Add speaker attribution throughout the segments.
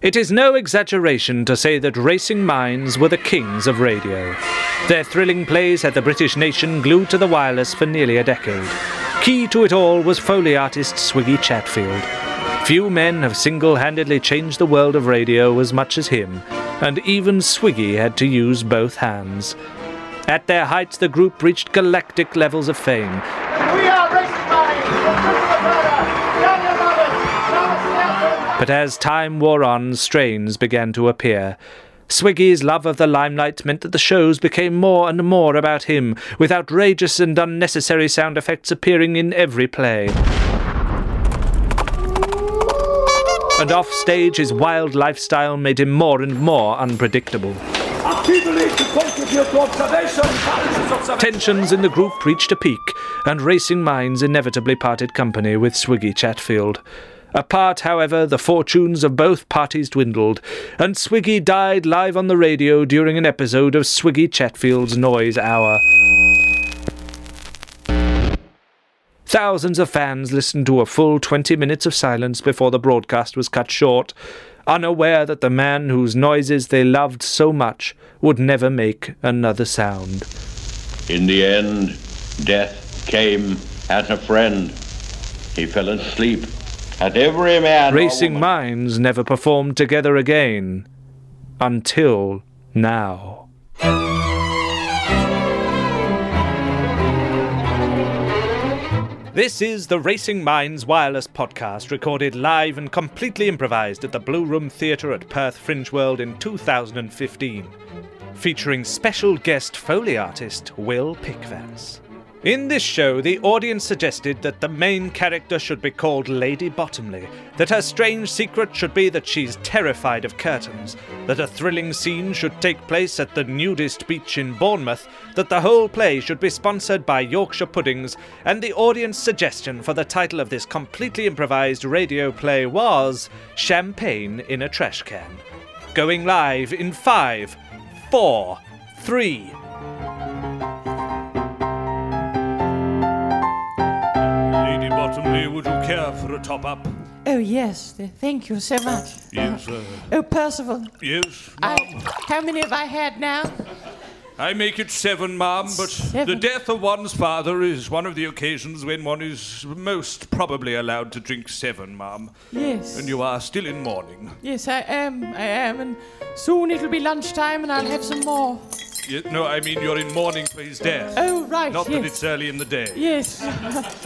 Speaker 1: It is no exaggeration to say that racing minds were the kings of radio. Their thrilling plays had the British nation glued to the wireless for nearly a decade. Key to it all was Foley artist Swiggy Chatfield. Few men have single handedly changed the world of radio as much as him, and even Swiggy had to use both hands. At their height, the group reached galactic levels of fame,
Speaker 2: We are racing minds from Christopher Brother, Daniel Roberts, Thomas Nelson.
Speaker 1: But as time wore on, strains began to appear. Swiggy's love of the limelight meant that the shows became more and more about him, with outrageous and unnecessary sound effects appearing in every play. And off stage, his wild lifestyle made him more and more unpredictable.
Speaker 3: Actively to contribute to observation, balances observation.
Speaker 1: Tensions in the group reached a peak, and racing minds inevitably parted company with Swiggy Chatfield. Apart, however, the fortunes of both parties dwindled, and Swiggy died live on the radio during an episode of Swiggy Chatfield's Noise Hour. Thousands of fans listened to a full 20 minutes of silence before the broadcast was cut short, unaware that the man whose noises they loved so much would never make another sound.
Speaker 4: In the end, death came as a friend. He fell asleep at every man. or
Speaker 1: Racing
Speaker 4: woman.
Speaker 1: Minds never performed together again until now. This is the Racing Minds Wireless Podcast, recorded live and completely improvised at the Blue Room Theatre at Perth Fringe World in 2015, featuring special guest Foley artist Will Pickvance. In this show, the audience suggested that the main character should be called Lady Bottomley, that her strange secret should be that she's terrified of curtains, that a thrilling scene should take place at the nudist beach in Bournemouth, that the whole play should be sponsored by Yorkshire Puddings, and the audience suggestion for the title of this completely improvised radio play was Champagne in a Trash Can. Going live in five, four, three,
Speaker 5: Lady Bottomley, would you care for a top up?
Speaker 6: Oh, yes. th- Thank you so much.
Speaker 5: Yes, sir.
Speaker 6: Oh, Percival,
Speaker 5: Yes,
Speaker 6: I,
Speaker 5: ma'am.
Speaker 6: how many have I had now?
Speaker 5: I make it seven, ma'am, but the
Speaker 6: Seven.
Speaker 5: death of one's father is one of the occasions when one is most probably allowed to drink seven, ma'am.
Speaker 6: Yes.
Speaker 5: And you are still in mourning.
Speaker 6: Yes, I am. I am. And soon it'll be lunchtime and I'll have some more.
Speaker 5: Ye- no, I mean you're in mourning for his death.
Speaker 6: Oh, right.
Speaker 5: Not
Speaker 6: yes.
Speaker 5: that it's early in the day.
Speaker 6: Yes.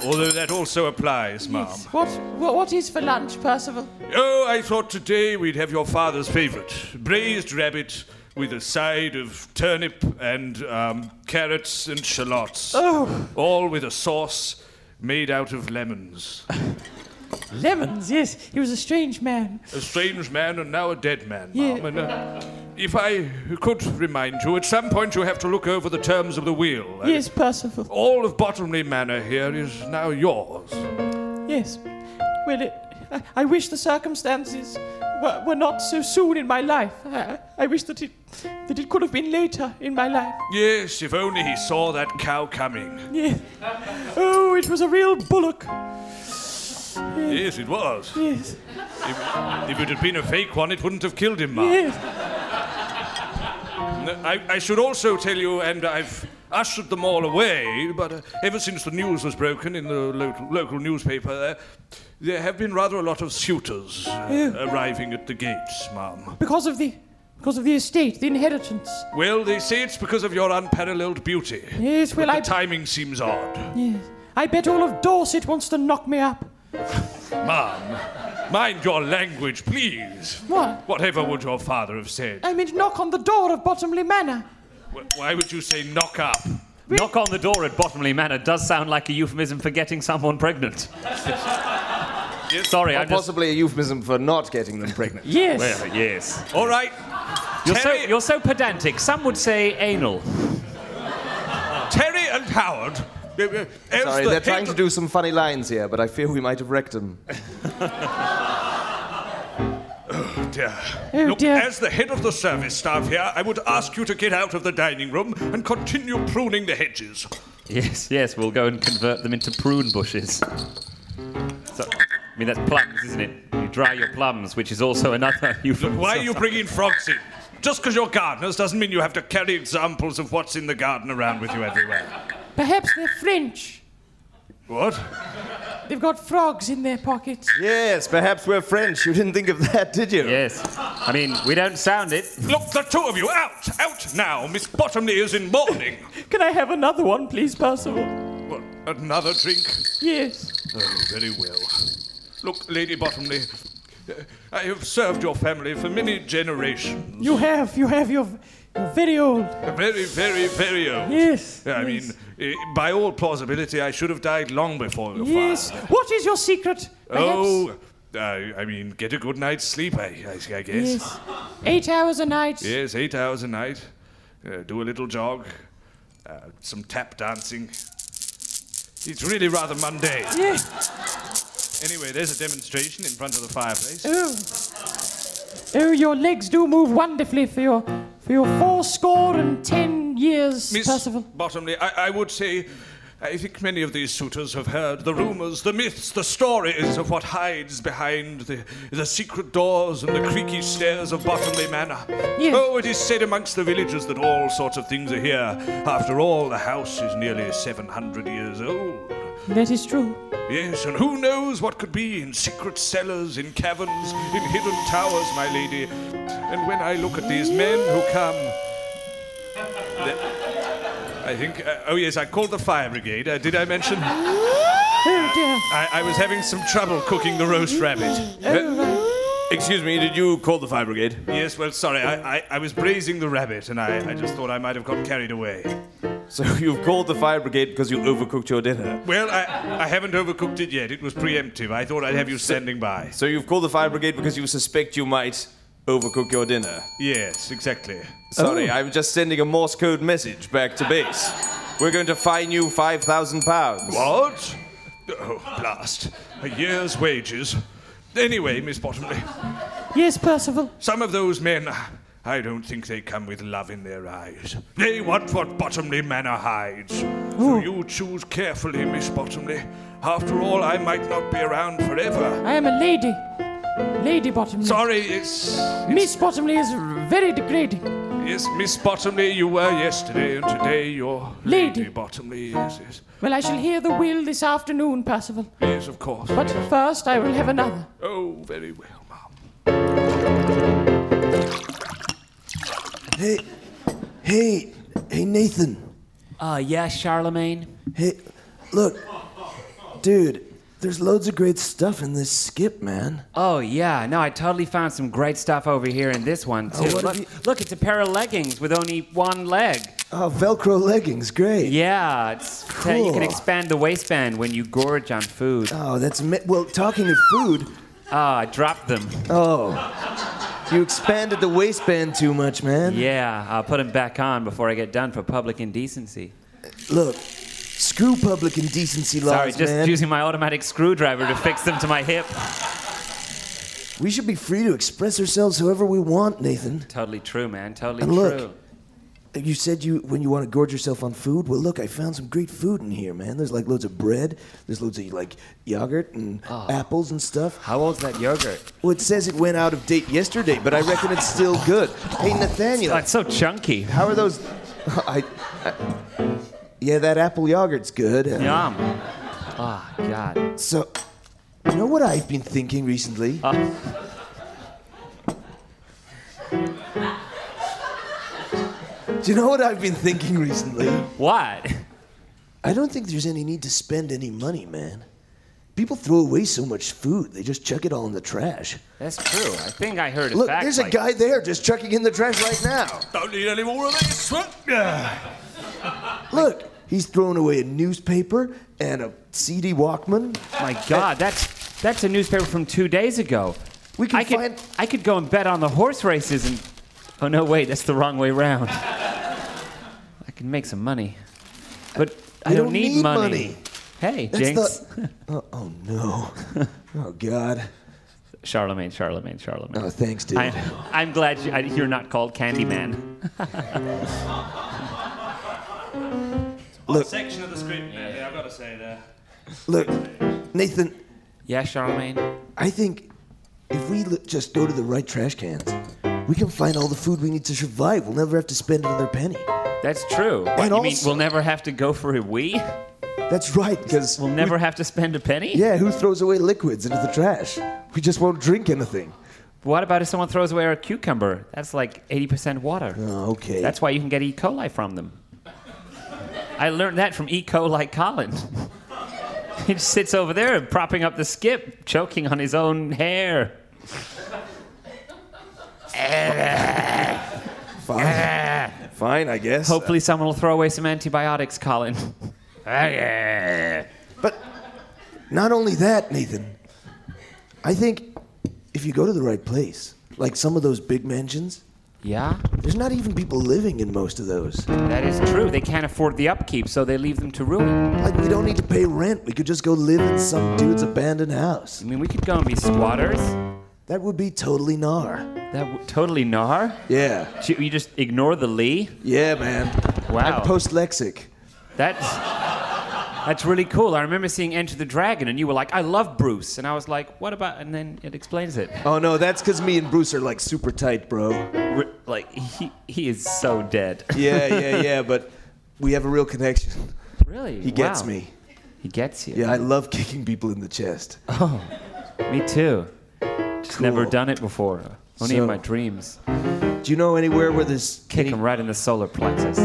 Speaker 5: Although that also applies, ma'am.
Speaker 6: yes. What, what, what is for lunch, Percival?
Speaker 5: Oh, I thought today we'd have your father's favourite braised rabbit with a side of turnip and um, carrots and shallots.
Speaker 6: Oh,
Speaker 5: All with a sauce made out of lemons.
Speaker 6: lemons. Yes. He was a strange man.
Speaker 5: A strange man and now a dead man,
Speaker 6: Yeah.
Speaker 5: ma'am. And, uh, if I could remind you, at some point you have to look over the terms of the will. Uh,
Speaker 6: Yes, Percival.
Speaker 5: All of Bottomley Manor here is now yours.
Speaker 6: Yes. Well, it, I, I wish the circumstances were, were not so soon in my life. I, I wish that it, that it could have been later in my life.
Speaker 5: Yes, if only he saw that cow coming.
Speaker 6: Yes. Oh, it was a real bullock.
Speaker 5: Yes, it was.
Speaker 6: Yes.
Speaker 5: If it had been a fake one, it wouldn't have killed him, ma'am.
Speaker 6: Yes.
Speaker 5: I, I should also tell you, and I've ushered them all away, but uh, ever since the news was broken in the lo- local newspaper, uh, there have been rather a lot of suitors uh, arriving at the gates, ma'am.
Speaker 6: Because of the because of the estate, the inheritance.
Speaker 5: Well, they say it's because of your unparalleled beauty.
Speaker 6: Yes, well I
Speaker 5: The timing seems odd.
Speaker 6: yes. I bet all of Dorset wants to knock me up.
Speaker 5: Ma'am, mind your language, please.
Speaker 6: What? Uh,
Speaker 5: Whatever would your father have said?
Speaker 6: I meant knock on the door of Bottomley Manor.
Speaker 5: Wh- Why would you say knock up?
Speaker 7: Knock on the door at Bottomley Manor does sound like a euphemism for getting someone pregnant. Sorry, I just.
Speaker 8: Possibly a euphemism for not getting them pregnant.
Speaker 6: Yes.
Speaker 7: Well, yes.
Speaker 5: All right,
Speaker 7: You're so,
Speaker 5: Terry-
Speaker 7: you're so pedantic. Some would say anal.
Speaker 5: Terry and Howard. uh, uh, else
Speaker 8: Sorry,
Speaker 5: the
Speaker 8: they're trying
Speaker 5: head-
Speaker 8: to do some funny lines here, but I fear we might have wrecked them.
Speaker 5: dear.
Speaker 6: Oh,
Speaker 5: Look,
Speaker 6: dear.
Speaker 5: as the head of the service staff here, I would ask you to get out of the dining room and continue pruning the hedges.
Speaker 7: Yes, yes, we'll go and convert them into prune bushes. So, I mean, that's plums, isn't it? you dry your plums, which is also another euphemism.
Speaker 5: Why are you bringing frogs in? Just because you're gardeners doesn't mean you have to carry examples of what's in the garden around with you everywhere.
Speaker 6: Perhaps they're French.
Speaker 5: What?
Speaker 6: They've got frogs in their pockets.
Speaker 8: Yes, perhaps we're French. You didn't think of that, did you?
Speaker 7: Yes. I mean, we don't sound it.
Speaker 5: Look, the two of you, out, out now. Miss Bottomley is in mourning.
Speaker 6: Can I have another one, please, Percival?
Speaker 5: What, another drink?
Speaker 6: Yes.
Speaker 5: Oh, very well. Look, Lady Bottomley, uh, I have served your family for many generations.
Speaker 6: You have, you have, you're, you're very old.
Speaker 5: Very, very, very old.
Speaker 6: Yes.
Speaker 5: I
Speaker 6: yes.
Speaker 5: mean, uh, by all plausibility, I should have died long before your
Speaker 6: Yes.
Speaker 5: father.
Speaker 6: What is your secret? Perhaps-
Speaker 5: Oh, I, I mean, get a good night's sleep, I, I, I guess.
Speaker 6: Yes. Eight hours a night.
Speaker 5: Yes, eight hours a night. Uh, do a little jog, uh, some tap dancing. It's really rather mundane.
Speaker 6: Yes.
Speaker 5: Anyway, there's a demonstration in front of the fireplace.
Speaker 6: Oh. Oh, your legs do move wonderfully for your for your four score and ten years,
Speaker 5: Miss
Speaker 6: Percival.
Speaker 5: Bottomley, I, I would say, I think many of these suitors have heard the rumours, the myths, the stories of what hides behind the, the secret doors and the creaky stairs of Bottomley Manor.
Speaker 6: Yes.
Speaker 5: Oh, it is said amongst the villagers that all sorts of things are here. After all, the house is nearly 700 years old.
Speaker 6: That is true.
Speaker 5: Yes, and who knows what could be in secret cellars, in caverns, in hidden towers, my lady. And when I look at these men who come. th- I think. Uh, oh, yes, I called the fire brigade. Uh, did I mention? I,
Speaker 6: Oh dear.
Speaker 5: I was having some trouble cooking the roast rabbit.
Speaker 6: Oh, right.
Speaker 9: Excuse me, did you call the fire brigade?
Speaker 5: Yes, well, sorry, I, I, I was braising the rabbit and I, I just thought I might have got carried away.
Speaker 9: So you've called the fire brigade because you overcooked your dinner.
Speaker 5: Well, I, I haven't overcooked it yet. It was preemptive. I thought I'd have you standing by.
Speaker 9: So you've called the fire brigade because you suspect you might overcook your dinner.
Speaker 5: Yes, exactly.
Speaker 9: Sorry, I'm just sending a Morse code message back to base. We're going to fine you five thousand pounds.
Speaker 5: What? Oh, blast. A year's wages. Anyway, Miss Bottomley,
Speaker 6: Yes, Percival.
Speaker 5: some of those men, I don't think they come with love in their eyes. They want what Bottomley Manor hides. So you choose carefully, Miss Bottomley. After all, I might not be around forever.
Speaker 6: I am a lady. Lady Bottomley.
Speaker 5: Sorry, it's.
Speaker 6: Miss Bottomley is very degrading.
Speaker 5: Yes, Miss Bottomley, you were yesterday, and today you're.
Speaker 6: Lady.
Speaker 5: Bottomley, yes, yes.
Speaker 6: Well, I shall hear the will this afternoon, Percival.
Speaker 5: Yes, of course.
Speaker 6: But first, I will have another.
Speaker 5: Oh, very well, ma'am.
Speaker 10: Hey, hey, hey, Nathan.
Speaker 11: Uh, yeah, Charlemagne.
Speaker 10: Hey, look, dude. There's loads of great stuff in this skip, man.
Speaker 11: Oh, yeah. No, I totally found some great stuff over here in this one, too.
Speaker 10: Oh, what have
Speaker 11: look,
Speaker 10: you-
Speaker 11: look, it's a pair of leggings with only one leg.
Speaker 10: Oh, Velcro leggings, great.
Speaker 11: Yeah, it's uh, you can
Speaker 10: Cool.
Speaker 11: expand the waistband when you gorge on food.
Speaker 10: Oh, that's mi- well. Talking of food,
Speaker 11: Ah, I dropped them.
Speaker 10: oh, you expanded the waistband too much, man.
Speaker 11: Yeah, I'll put them back on before I get done for public indecency.
Speaker 10: Look, screw public indecency laws,
Speaker 11: Sorry, just
Speaker 10: man.
Speaker 11: using my automatic screwdriver to fix them to my hip.
Speaker 10: We should be free to express ourselves however we want, Nathan.
Speaker 11: Totally true, man. Totally
Speaker 10: And
Speaker 11: true.
Speaker 10: look, You said you when you want to gorge yourself on food. Well, look, I found some great food in here, man. There's like loads of bread. There's loads of like yogurt and apples and stuff.
Speaker 11: Ah. How old's that yogurt?
Speaker 10: Well, it says it went out of date yesterday, but I reckon it's still good. Hey, Nathaniel,
Speaker 11: Oh, it's so chunky.
Speaker 10: how are those? I, I- yeah, that apple yogurt's good.
Speaker 11: Yum. Ah, God.
Speaker 10: So, you know what I've been thinking recently?
Speaker 11: Ah.
Speaker 10: Do you know what I've been thinking recently?
Speaker 11: What?
Speaker 10: I don't think there's any need to spend any money, man. People throw away so much food, they just chuck it all in the trash.
Speaker 11: That's true. I think I heard a
Speaker 10: Look,
Speaker 11: fact.
Speaker 10: there's a
Speaker 11: like-
Speaker 10: guy there just chucking in the trash right now.
Speaker 5: Don't need any more of this.
Speaker 10: Look, he's throwing away a newspaper and a CD Walkman.
Speaker 11: My God, that's that's a newspaper from two days ago.
Speaker 10: We can
Speaker 11: I could,
Speaker 10: find-
Speaker 11: I could go and bet on the horse races and. Oh no, wait, that's the wrong way round. I can make some money, but I,
Speaker 10: You
Speaker 11: don't,
Speaker 10: don't
Speaker 11: need,
Speaker 10: need
Speaker 11: money.
Speaker 10: money.
Speaker 11: Hey,
Speaker 10: That's
Speaker 11: Jinx.
Speaker 10: the- oh, oh, no. Oh, God.
Speaker 11: Charlemagne, Charlemagne, Charlemagne.
Speaker 10: Oh, thanks, dude.
Speaker 11: I, I'm glad you, I, you're not called Candyman.
Speaker 10: Look.
Speaker 5: section of the script, Mary, I've got to say there.
Speaker 10: Look, Nathan,
Speaker 11: Yeah, Charlemagne.
Speaker 10: I think
Speaker 12: If we l- just go to the right trash cans, we can find all the food we need to survive. We'll never have to spend another penny.
Speaker 13: That's true.
Speaker 12: And
Speaker 13: you mean
Speaker 12: also-
Speaker 13: we'll never have to go for a wee?
Speaker 12: That's right, because
Speaker 13: we'll never have to spend a penny.
Speaker 12: Yeah, who throws away liquids into the trash? We just won't drink anything.
Speaker 13: What about if someone throws away a cucumber? That's like eighty percent water.
Speaker 12: okay.
Speaker 13: That's why you can get E. coli from them. I learned that from E. coli Colin. he just sits over there propping up the skip, choking on his own hair.
Speaker 10: Fine. Fine, I guess.
Speaker 13: Hopefully, someone will throw away some antibiotics, Colin.
Speaker 10: Ah,
Speaker 12: But not only that, Nathan, I think if you go to the right place, like some of those big mansions,
Speaker 13: yeah,
Speaker 12: there's not even people living in most of those.
Speaker 13: that is true. They can't afford the upkeep, so they leave them to ruin.
Speaker 12: Like we don't need to pay rent. We could just go live in some dude's abandoned house.
Speaker 13: I mean, we could go and be squatters.
Speaker 12: That would be totally gnar.
Speaker 13: That w- totally gnar.
Speaker 12: Yeah.
Speaker 13: Ch- You just ignore the Lee.
Speaker 12: Yeah, man.
Speaker 13: Wow.
Speaker 12: I'm post-lexic.
Speaker 13: That's that's really cool. I remember seeing Enter the Dragon, and you were like, "I love Bruce," and I was like, "What about?" And then it explains it.
Speaker 10: Oh no, that's because me and Bruce are like super tight, bro.
Speaker 13: Re- Like he he is so dead.
Speaker 10: Yeah, yeah, yeah, but we have a real connection.
Speaker 13: really.
Speaker 10: He gets
Speaker 13: Wow.
Speaker 10: me.
Speaker 13: He gets you.
Speaker 10: Yeah, I love kicking people in the chest.
Speaker 13: Oh, me too. Just never
Speaker 10: Cool.
Speaker 13: done it before. Only
Speaker 10: So-
Speaker 13: in my dreams.
Speaker 10: Do you know anywhere where there's
Speaker 13: Kick him right in the solar plexus.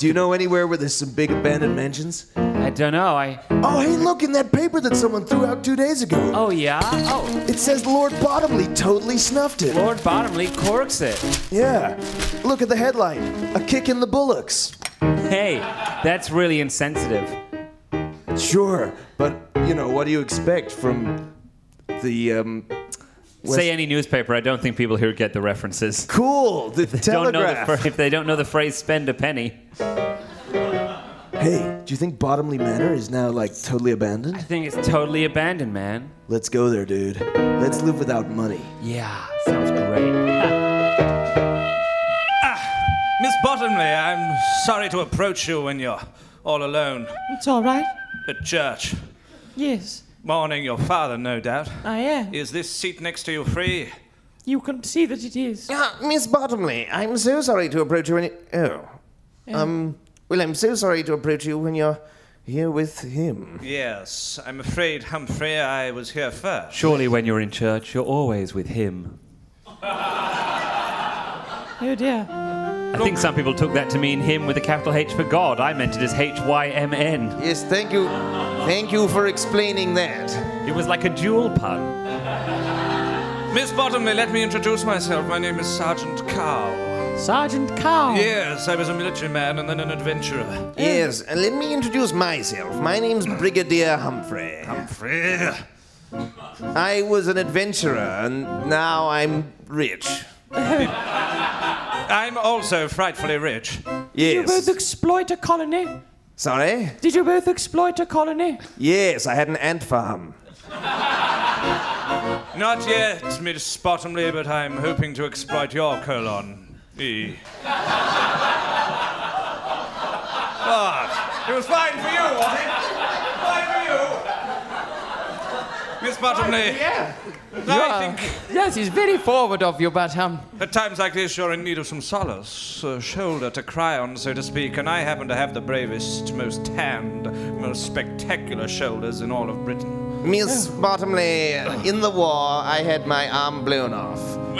Speaker 10: Do you know anywhere where there's some big abandoned mansions?
Speaker 13: I don't know. I.
Speaker 12: Oh, hey, look in that paper that someone threw out two days ago.
Speaker 13: Oh yeah. Oh,
Speaker 12: It says Lord Bottomley totally snuffed it.
Speaker 13: Lord Bottomley corks it.
Speaker 12: Yeah. Look at the headline. A kick in the bullocks.
Speaker 13: Hey, that's really insensitive.
Speaker 10: Sure, but you know what do you expect from the um,
Speaker 13: Say any newspaper. I don't think people here get the references.
Speaker 10: cool the
Speaker 13: Don't know the
Speaker 10: Telegraph?
Speaker 13: phr- if they don't know the phrase "spend a penny."
Speaker 12: Hey, do you think Bottomley Manor is now like totally
Speaker 13: I
Speaker 12: abandoned?
Speaker 13: think it's totally abandoned, man.
Speaker 12: Let's go there, dude. Let's live without money.
Speaker 13: Yeah, sounds great.
Speaker 5: Miss Bottomley, I'm sorry to approach you when you're all alone
Speaker 6: It's all right.
Speaker 5: at church.
Speaker 6: Yes,
Speaker 5: Mourning your father, no doubt.
Speaker 6: I am.
Speaker 5: Is this seat next to you free?
Speaker 6: You can see that it is.
Speaker 10: Ah, Miss Bottomley, I'm so sorry to approach you when you. Oh. Um, well, I'm so sorry to approach you when you're here with him.
Speaker 5: Yes, I'm afraid, Humphrey, I was here first.
Speaker 13: Surely, when you're in church, you're always with him.
Speaker 6: Oh dear.
Speaker 13: I think some people took that to mean him with a capital H for God. I meant it as H Y M N.
Speaker 10: Yes, thank you. Thank you for explaining that.
Speaker 13: It was like a dual pun.
Speaker 5: Miss Bottomley, let me introduce myself. My name is Sergeant Cow.
Speaker 6: Sergeant Cow.
Speaker 5: Yes, I was a military man and then an adventurer.
Speaker 10: Yes, uh, let me introduce myself. My name's Brigadier Humphrey.
Speaker 5: Humphrey.
Speaker 10: I was an adventurer, and now I'm rich.
Speaker 5: I'm also frightfully rich.
Speaker 6: Did you both
Speaker 10: Yes.
Speaker 6: exploit a colony?
Speaker 10: Sorry?
Speaker 6: Did you both exploit a colony?
Speaker 10: Yes, I had an ant farm.
Speaker 5: Not yet, Miss Bottomley, but I'm hoping to exploit your colon. E. Ah, it was fine for you, was it? Fine for you. Miss Bottomley. Yeah. I think
Speaker 14: Yes, it's very forward of you, but um,
Speaker 5: at times like this you're in need of some solace, a shoulder to cry on, so to speak, and I happen to have the bravest, most tanned, most spectacular shoulders in all of Britain.
Speaker 10: Miss Bottomley, in the war, I had my arm blown off,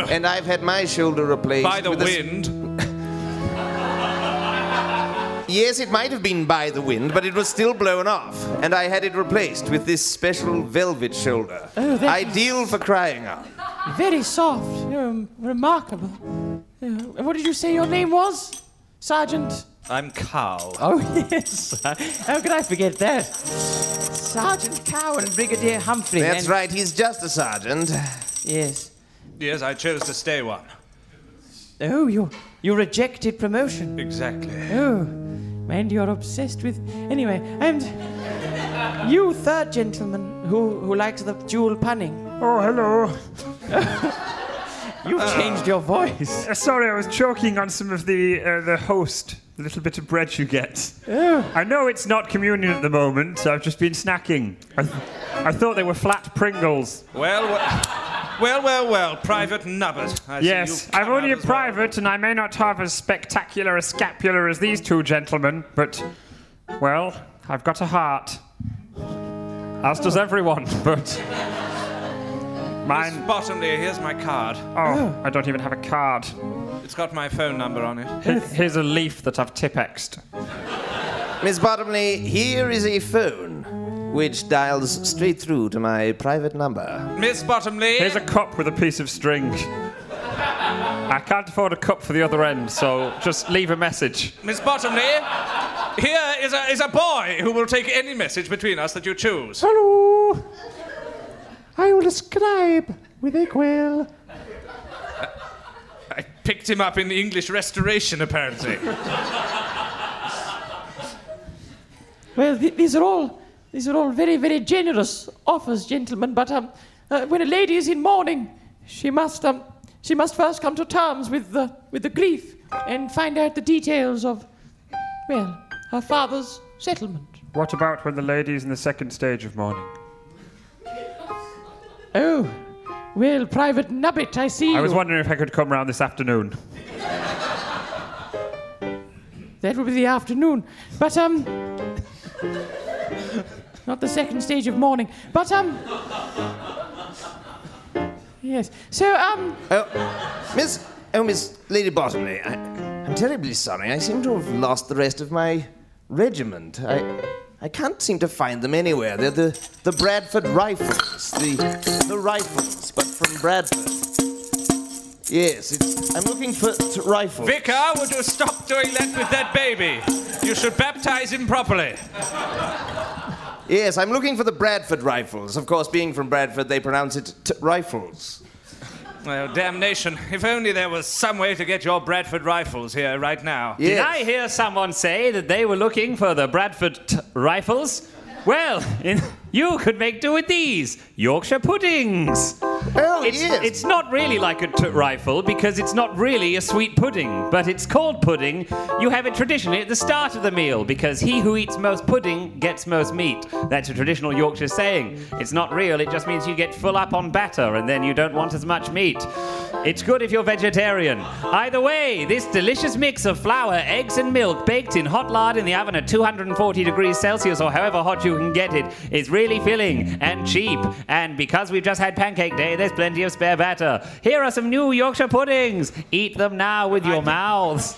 Speaker 10: and I've had my shoulder replaced
Speaker 5: By the
Speaker 10: with a s-
Speaker 5: wind.
Speaker 10: Yes, it might have been by the wind, but it was still blown off, and I had it replaced with this special velvet shoulder.
Speaker 6: Oh, that is-
Speaker 10: Ideal for crying out.
Speaker 6: Very soft. Um, remarkable. Uh, what did you say your name was? Sergeant.
Speaker 5: I'm cow.
Speaker 14: oh yes, how could I forget that? Sergeant Cow and Brigadier Humphrey.
Speaker 10: That's
Speaker 14: and-
Speaker 10: right, he's just a sergeant.
Speaker 14: Yes.
Speaker 5: Yes, I chose to stay one.
Speaker 14: Oh, you you rejected promotion.
Speaker 5: Exactly.
Speaker 14: Oh,
Speaker 6: And you're obsessed with. Anyway, and. You third gentleman who, who likes the dual punning.
Speaker 14: oh hello. You've changed your voice.
Speaker 15: Sorry, I was choking on some of the uh, the host, the little bit of bread you get. I know it's not communion at the moment. I've just been snacking. I, th- I thought they were flat Pringles.
Speaker 5: Well, wh- Well, well, well, Private Nubbert. I see
Speaker 16: yes,
Speaker 5: you've
Speaker 16: I'm
Speaker 5: come
Speaker 16: only a
Speaker 5: out as well.
Speaker 16: private, and I may not have as spectacular a scapula as these two gentlemen, but, well, I've got a heart. As does everyone, but. Mine.
Speaker 5: Miss Bottomley, here's my card.
Speaker 16: Oh, I don't even have a card.
Speaker 5: It's got my phone number on it.
Speaker 16: He- Here's a leaf that I've tipexed.
Speaker 10: Miss Bottomley, here is a phone which dials straight through to my private number.
Speaker 5: Miss Bottomley.
Speaker 16: Here's a cup with a piece of string. I can't afford a cup for the other end, so just leave a message.
Speaker 5: Miss Bottomley, here is a, is a boy who will take any message between us that you choose.
Speaker 17: Hello. I will scribe with a quill.
Speaker 5: I picked him up in the English Restoration, apparently.
Speaker 6: Well, th- these are all these are all very very generous offers, gentlemen. But um, uh, when a lady is in mourning, she must um, she must first come to terms with the with the grief and find out the details of, well, her father's settlement.
Speaker 16: What about when the lady's in the second stage of mourning?
Speaker 6: Oh, well, Private Nubbit, I see.
Speaker 16: I was
Speaker 6: you.
Speaker 16: wondering if I could come round this afternoon.
Speaker 6: That will be the afternoon. But, um. not the second stage of mourning. But, um. Yes. So, um.
Speaker 10: Oh, Miss, oh, Miss Lady Bottomley, I, I'm terribly sorry. I seem to have lost the rest of my regiment. I, I can't seem to find them anywhere. They're the, the Bradford Rifles, the, the Rifles, but from Bradford. Yes, it's, I'm looking for t- rifles.
Speaker 5: Vicar, would you stop doing that with that baby? You should baptize him properly.
Speaker 10: Yes, I'm looking for the Bradford Rifles. Of course, being from Bradford, they pronounce it t- rifles.
Speaker 5: Well, damnation. If only there was some way to get your Bradford rifles here right now.
Speaker 13: Did I hear someone say that they were looking for the Bradford t- rifles? Well, in, you could make do with these Yorkshire puddings.
Speaker 10: Oh,
Speaker 13: it's, it's not really like a t- rifle because it's not really a sweet pudding, but it's called pudding. You have it traditionally at the start of the meal because he who eats most pudding gets most meat. That's a traditional Yorkshire saying. It's not real, it just means you get full up on batter and then you don't want as much meat. It's good if you're vegetarian. Either way, this delicious mix of flour, eggs, and milk baked in hot lard in the oven at 240 degrees Celsius or however hot you can get it is really filling and cheap. And because we've just had pancake day, there's plenty of spare batter. Here are some new Yorkshire puddings. Eat them now with your mouths.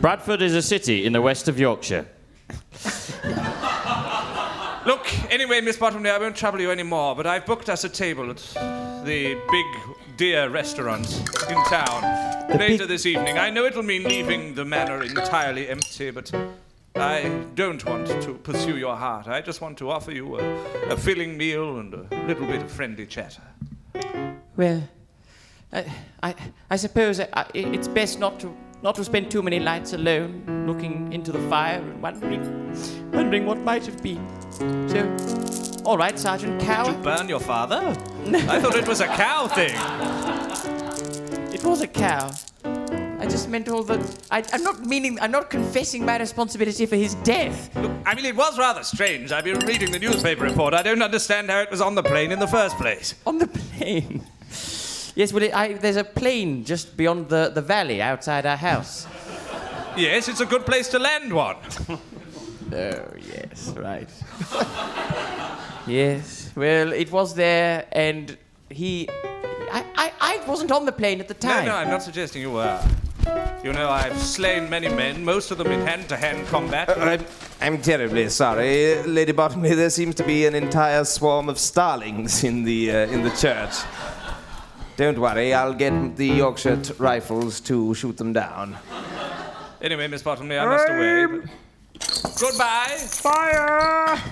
Speaker 18: Bradford is a city in the west of Yorkshire.
Speaker 5: Look, anyway, Miss Bottomley, I won't trouble you anymore, but I've booked us a table at the Big Deer restaurant in town later this evening. I know it'll mean leaving the manor entirely empty, but I don't want to pursue your heart. I just want to offer you a, a filling meal and a little bit of friendly chatter.
Speaker 6: Well, I, I, I suppose I, I, it's best not to not to spend too many nights alone, looking into the fire and wondering, wondering what might have been. So, all right, Sergeant Cow.
Speaker 5: Burn your father? I thought it was a cow thing.
Speaker 6: It was a cow. I just meant all the. I, I'm not meaning. I'm not confessing my responsibility for his death.
Speaker 5: I mean, it was rather strange. I've been reading the newspaper report. I don't understand how it was on the plane in the first place.
Speaker 6: On the plane? Yes, well, it, I, there's a plane just beyond the, the valley outside our house.
Speaker 5: Yes, it's a good place to land one.
Speaker 6: Oh, yes, right. yes, well, it was there, and he. I, I, I wasn't on the plane at the
Speaker 5: No,
Speaker 6: time.
Speaker 5: no, I'm not suggesting you were. You know, I've slain many men, most of them in hand to hand combat.
Speaker 10: Uh, I'm, I'm terribly sorry, Uh, Lady Bottomley. There seems to be an entire swarm of starlings in the uh, in the church. Don't worry, I'll get the Yorkshire t- rifles to shoot them down.
Speaker 5: Anyway, Miss Bottomley, I must away. Goodbye.
Speaker 16: Fire!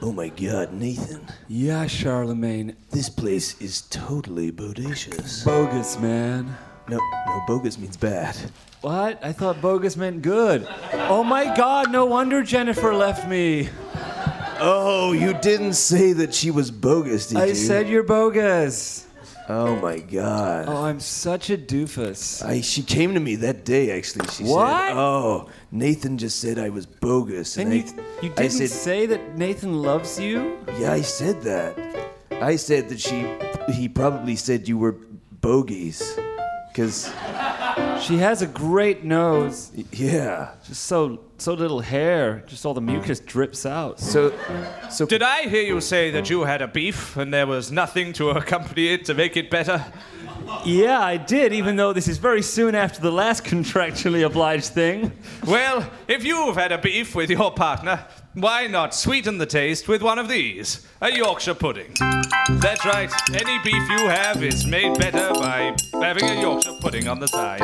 Speaker 19: Oh my God, Nathan.
Speaker 20: Yeah, Charlemagne.
Speaker 19: This place is totally bodacious.
Speaker 20: Bogus, man.
Speaker 19: No, no, bogus means bad.
Speaker 20: What? I thought bogus meant good. Oh my god, no wonder Jennifer left me.
Speaker 19: Oh, you didn't say that she was bogus, did
Speaker 20: I
Speaker 19: you?
Speaker 20: said you're bogus.
Speaker 10: Oh my god.
Speaker 21: Oh, I'm such a doofus.
Speaker 10: I, she came to me that day, actually. She
Speaker 21: What?
Speaker 10: said, "Oh, Nathan just said I was bogus."
Speaker 21: And you, you
Speaker 10: I
Speaker 21: didn't
Speaker 10: said,
Speaker 21: say that Nathan loves you?
Speaker 10: "Yeah, I said that. I said that she, he probably said you were bogies, because
Speaker 21: She has a great nose.
Speaker 10: Yeah.
Speaker 21: Just so so little hair. Just all the mucus drips out.
Speaker 10: So so
Speaker 5: Did I hear you say that you had a beef and there was nothing to accompany it to make it better?
Speaker 22: Yeah, I did, even though this is very soon after the last contractually obliged thing.
Speaker 5: Well, if you've had a beef with your partner, why not sweeten the taste with one of these? A Yorkshire pudding. That's right, any beef you have is made better by having a Yorkshire pudding on the side.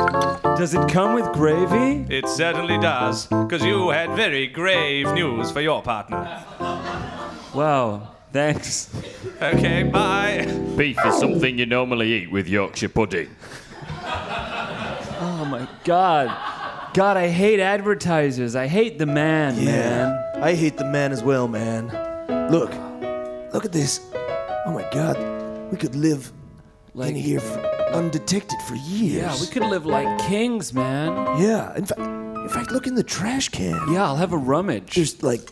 Speaker 21: Does it come with gravy?
Speaker 5: It certainly does, because you had very grave news for your partner.
Speaker 22: Wow, thanks.
Speaker 5: Okay, bye.
Speaker 6: Beef is something you normally eat with Yorkshire pudding.
Speaker 21: Oh my god. God, I hate advertisers. I hate the man, man.
Speaker 10: I hate the man as well, man. Look, look at this. Oh my God, we could live in here for, undetected for years.
Speaker 21: Yeah, we could live like kings, man.
Speaker 10: Yeah, in fact, in fact, look in the trash can.
Speaker 21: Yeah, I'll have a rummage.
Speaker 10: There's like,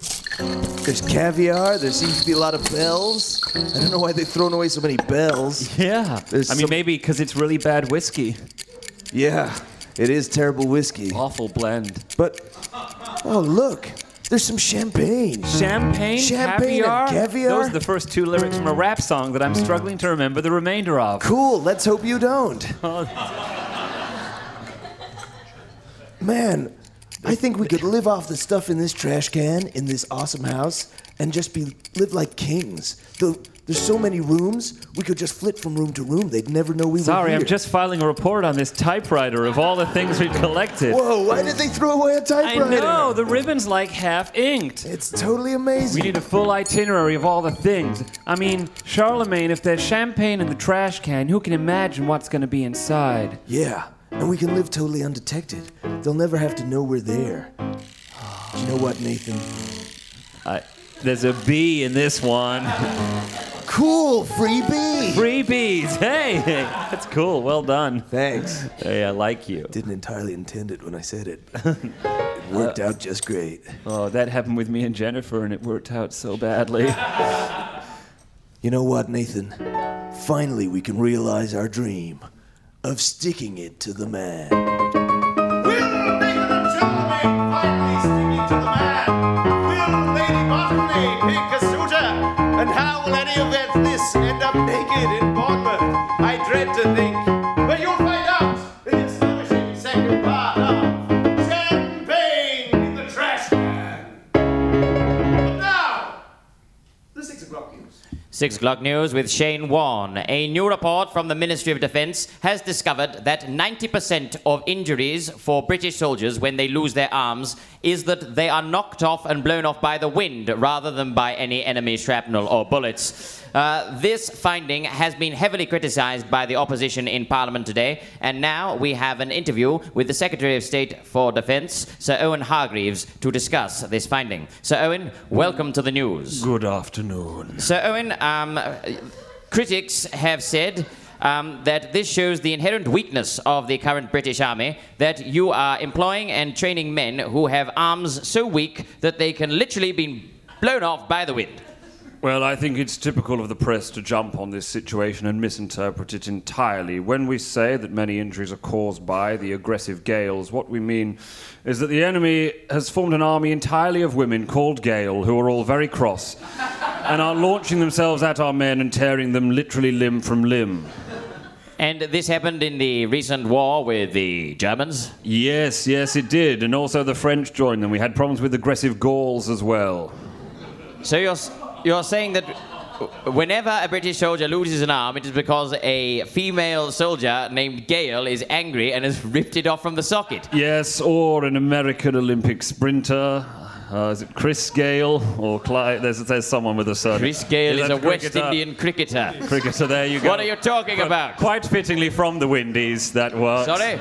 Speaker 10: there's caviar. There seems to be a lot of bells. I don't know why they've thrown away so many bells.
Speaker 22: Yeah,
Speaker 10: There's
Speaker 22: I mean,
Speaker 10: some-
Speaker 22: maybe because it's really bad whiskey.
Speaker 10: Yeah, it is terrible whiskey.
Speaker 21: Awful blend.
Speaker 10: But oh look, there's some champagne.
Speaker 22: Champagne,
Speaker 10: champagne,
Speaker 22: caviar.
Speaker 10: and caviar.
Speaker 22: Those are the first two lyrics from a rap song that I'm struggling to remember the remainder of.
Speaker 10: Cool. Let's hope you don't. Man, I think we could live off the stuff in this trash can in this awesome house and just be live like kings. Though there's so many rooms, we could just flip from room to room. They'd never know we were
Speaker 22: Sorry,
Speaker 10: here.
Speaker 22: I'm just filing a report on this typewriter of all the things we've collected.
Speaker 10: Whoa! Why did they throw away a
Speaker 22: I
Speaker 10: typewriter?
Speaker 22: know, the ribbon's like half inked.
Speaker 10: It's totally amazing.
Speaker 22: We need a full
Speaker 21: itinerary of all the things. I mean, Charlemagne, if there's champagne in the trash can, who can imagine what's going to be inside?
Speaker 10: Yeah, and we can live totally undetected. They'll never have to know we're there. Do you know what, Nathan?
Speaker 22: I, there's a B in this one.
Speaker 10: Cool, freebie.
Speaker 22: Freebies. Hey, that's cool. Well done.
Speaker 10: Thanks.
Speaker 22: Hey, I like you.
Speaker 10: Didn't entirely intend it when I said it. It worked out just great.
Speaker 22: Oh, that happened with me and Jennifer, and it worked out so badly.
Speaker 10: You know what, Nathan? Finally, we can realize our dream of sticking it to the man.
Speaker 2: And how will any of that this end up naked in Bournemouth? I dread to think. But you'll find out in the astonishing second part of Champagne in the Trash Can. But now, the six o'clock news.
Speaker 6: Six o'clock news with Shane Warne. A new report from the Ministry of Defence has discovered that 90% of injuries for British soldiers when they lose their arms is that they are knocked off and blown off by the wind rather than by any enemy shrapnel or bullets. Uh, this finding has been heavily criticised by the opposition in Parliament today, and now we have an interview with the Secretary of State for Defence, Sir Owen Hargreaves, to discuss this finding. Sir Owen, welcome to the news.
Speaker 13: Good afternoon.
Speaker 6: So, Owen, um, uh, critics have said um, that this shows the inherent weakness of the current British Army, that you are employing and training men who have arms so weak that they can literally be blown off by the wind.
Speaker 13: Well, I think it's typical of the press to jump on this situation and misinterpret it entirely. When we say that many injuries are caused by the aggressive Gaels, what we mean is that the enemy has formed an army entirely of women called Gael who are all very cross and are launching themselves at our men and tearing them literally limb from limb.
Speaker 6: And this happened in the recent war with the Germans.
Speaker 13: Yes, yes, it did. And also the French joined them. We had problems with aggressive Gauls as well.
Speaker 6: So you're s- you're saying that whenever a British soldier loses an arm, it is because a female soldier named Gail is angry and has ripped it off from the socket.
Speaker 13: Yes, or an American Olympic sprinter. Uh, is it Chris Gale or Clyde? There's, there's someone with a surname.
Speaker 6: Chris Gayle
Speaker 13: Yeah,
Speaker 6: is a
Speaker 13: that's
Speaker 6: West
Speaker 13: cricketer.
Speaker 6: Indian cricketer.
Speaker 13: Cricketer, there you go.
Speaker 6: What are you talking
Speaker 13: Quite-
Speaker 6: about?
Speaker 13: Quite fittingly from the Windies, that was.
Speaker 6: Sorry.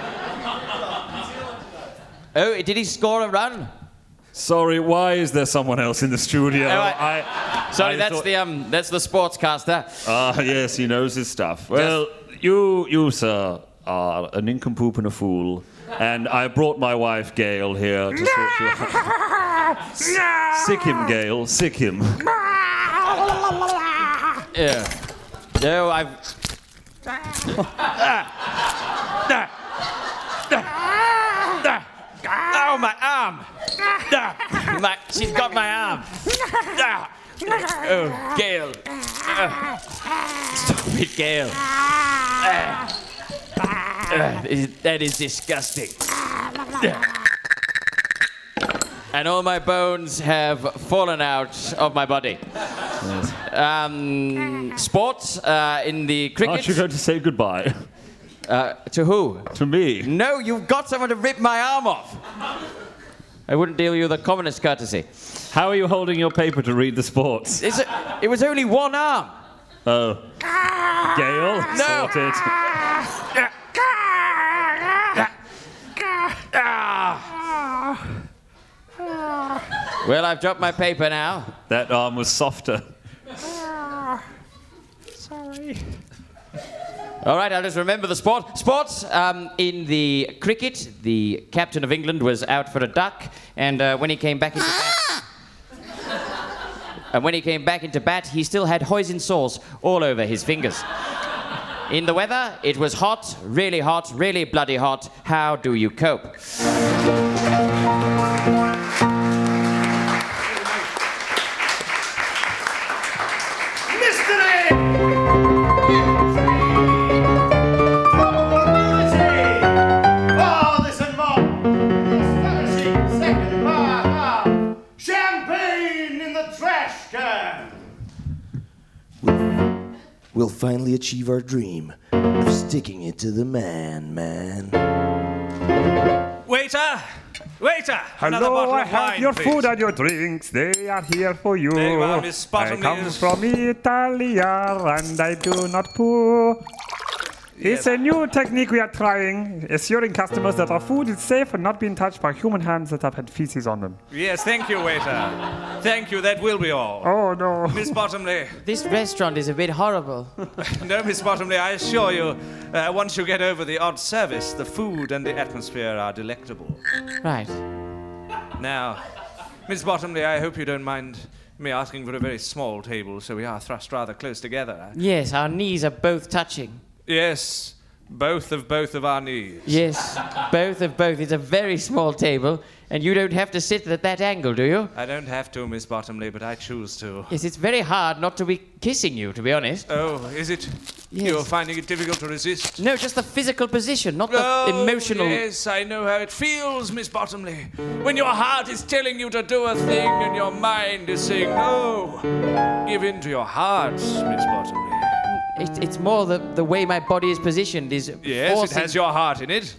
Speaker 6: Oh, did he score a run?
Speaker 13: Sorry, why is there someone else in the studio?
Speaker 6: Oh, I- Sorry,
Speaker 13: I
Speaker 6: that's
Speaker 13: thought- Oh.
Speaker 6: the um, that's the sportscaster.
Speaker 13: Ah, yes, he knows his stuff. Well, you, you, sir, are a nincompoop and a fool. And I brought my wife Gail here to sort you out. Sick him, Gail. Sick him.
Speaker 23: Yeah. No, I've.
Speaker 24: Oh, my arm! My, she's got my arm! Oh, Gail! Stop it, Gail!
Speaker 23: Uh,
Speaker 24: Ugh, is- that is disgusting.
Speaker 23: And all my bones have fallen out of my body. Um, sports uh, in the cricket.
Speaker 13: Aren't you going to say goodbye?
Speaker 23: Uh, to who?
Speaker 13: To me.
Speaker 23: No, you've got someone to rip my arm off. I wouldn't deal you the commonest courtesy.
Speaker 25: How are you holding your paper to read the sports?
Speaker 23: It's a, it was only one arm.
Speaker 13: Uh,
Speaker 25: Oh. Gail?
Speaker 24: No.
Speaker 25: Sorted.
Speaker 23: Well, I've dropped my paper now.
Speaker 13: That arm was softer.
Speaker 24: Sorry.
Speaker 23: All right, I'll just remember the sport. Sports um, in the cricket, the captain of England was out for a duck, and uh, when he came back into bat, and when he came back into bat, he still had hoisin sauce all over his fingers. In the weather, it was hot, really hot, really bloody hot. How do you cope?
Speaker 2: All this and more. The astonishing second part of Champagne in the Trash Can.
Speaker 26: We'll finally achieve our dream of sticking it to the man, man.
Speaker 5: Waiter! Waiter! Another
Speaker 27: Hello,
Speaker 5: bottle
Speaker 27: I
Speaker 5: of
Speaker 27: have
Speaker 5: wine,
Speaker 27: your
Speaker 5: please.
Speaker 27: food and your drinks. They are here for you.
Speaker 5: Very well, Miss
Speaker 27: I
Speaker 5: Bottom
Speaker 27: come
Speaker 5: is-
Speaker 27: from Italia and I do not poo. It's a new technique we are trying, assuring customers that our food is safe and not being touched by human hands that have had feces on them.
Speaker 5: Yes, thank you, waiter. Thank you, that will be all.
Speaker 27: Oh no.
Speaker 5: Miss Bottomley,
Speaker 6: This restaurant is a bit horrible.
Speaker 5: no, Miss Bottomley, I assure you, uh, once you get over the odd service, the food and the atmosphere are delectable.
Speaker 6: Right.
Speaker 5: Now, Miss Bottomley, I hope you don't mind me asking for a very small table, so we are thrust rather close together.
Speaker 6: Yes, our knees are both touching.
Speaker 5: Yes, both of both of our knees.
Speaker 6: Yes, both of both. It's a very small table, and you don't have to sit at that angle, do you?
Speaker 5: I don't have to, Miss Bottomley, but I choose to.
Speaker 6: Yes, it's very hard not to be kissing you, to be honest.
Speaker 5: Oh, is it? You're finding it difficult to resist?
Speaker 10: Uh,
Speaker 6: No, just the physical position, not the
Speaker 5: Oh,
Speaker 6: emotional.
Speaker 5: Yes, I know how it feels, Miss Bottomley. When your heart is telling you to do a thing and your mind is saying no. Give in to your heart, Miss Bottomley.
Speaker 6: It, it's more the, the way my body is positioned is.
Speaker 5: Yes,
Speaker 6: forcing-
Speaker 5: it has your heart in it.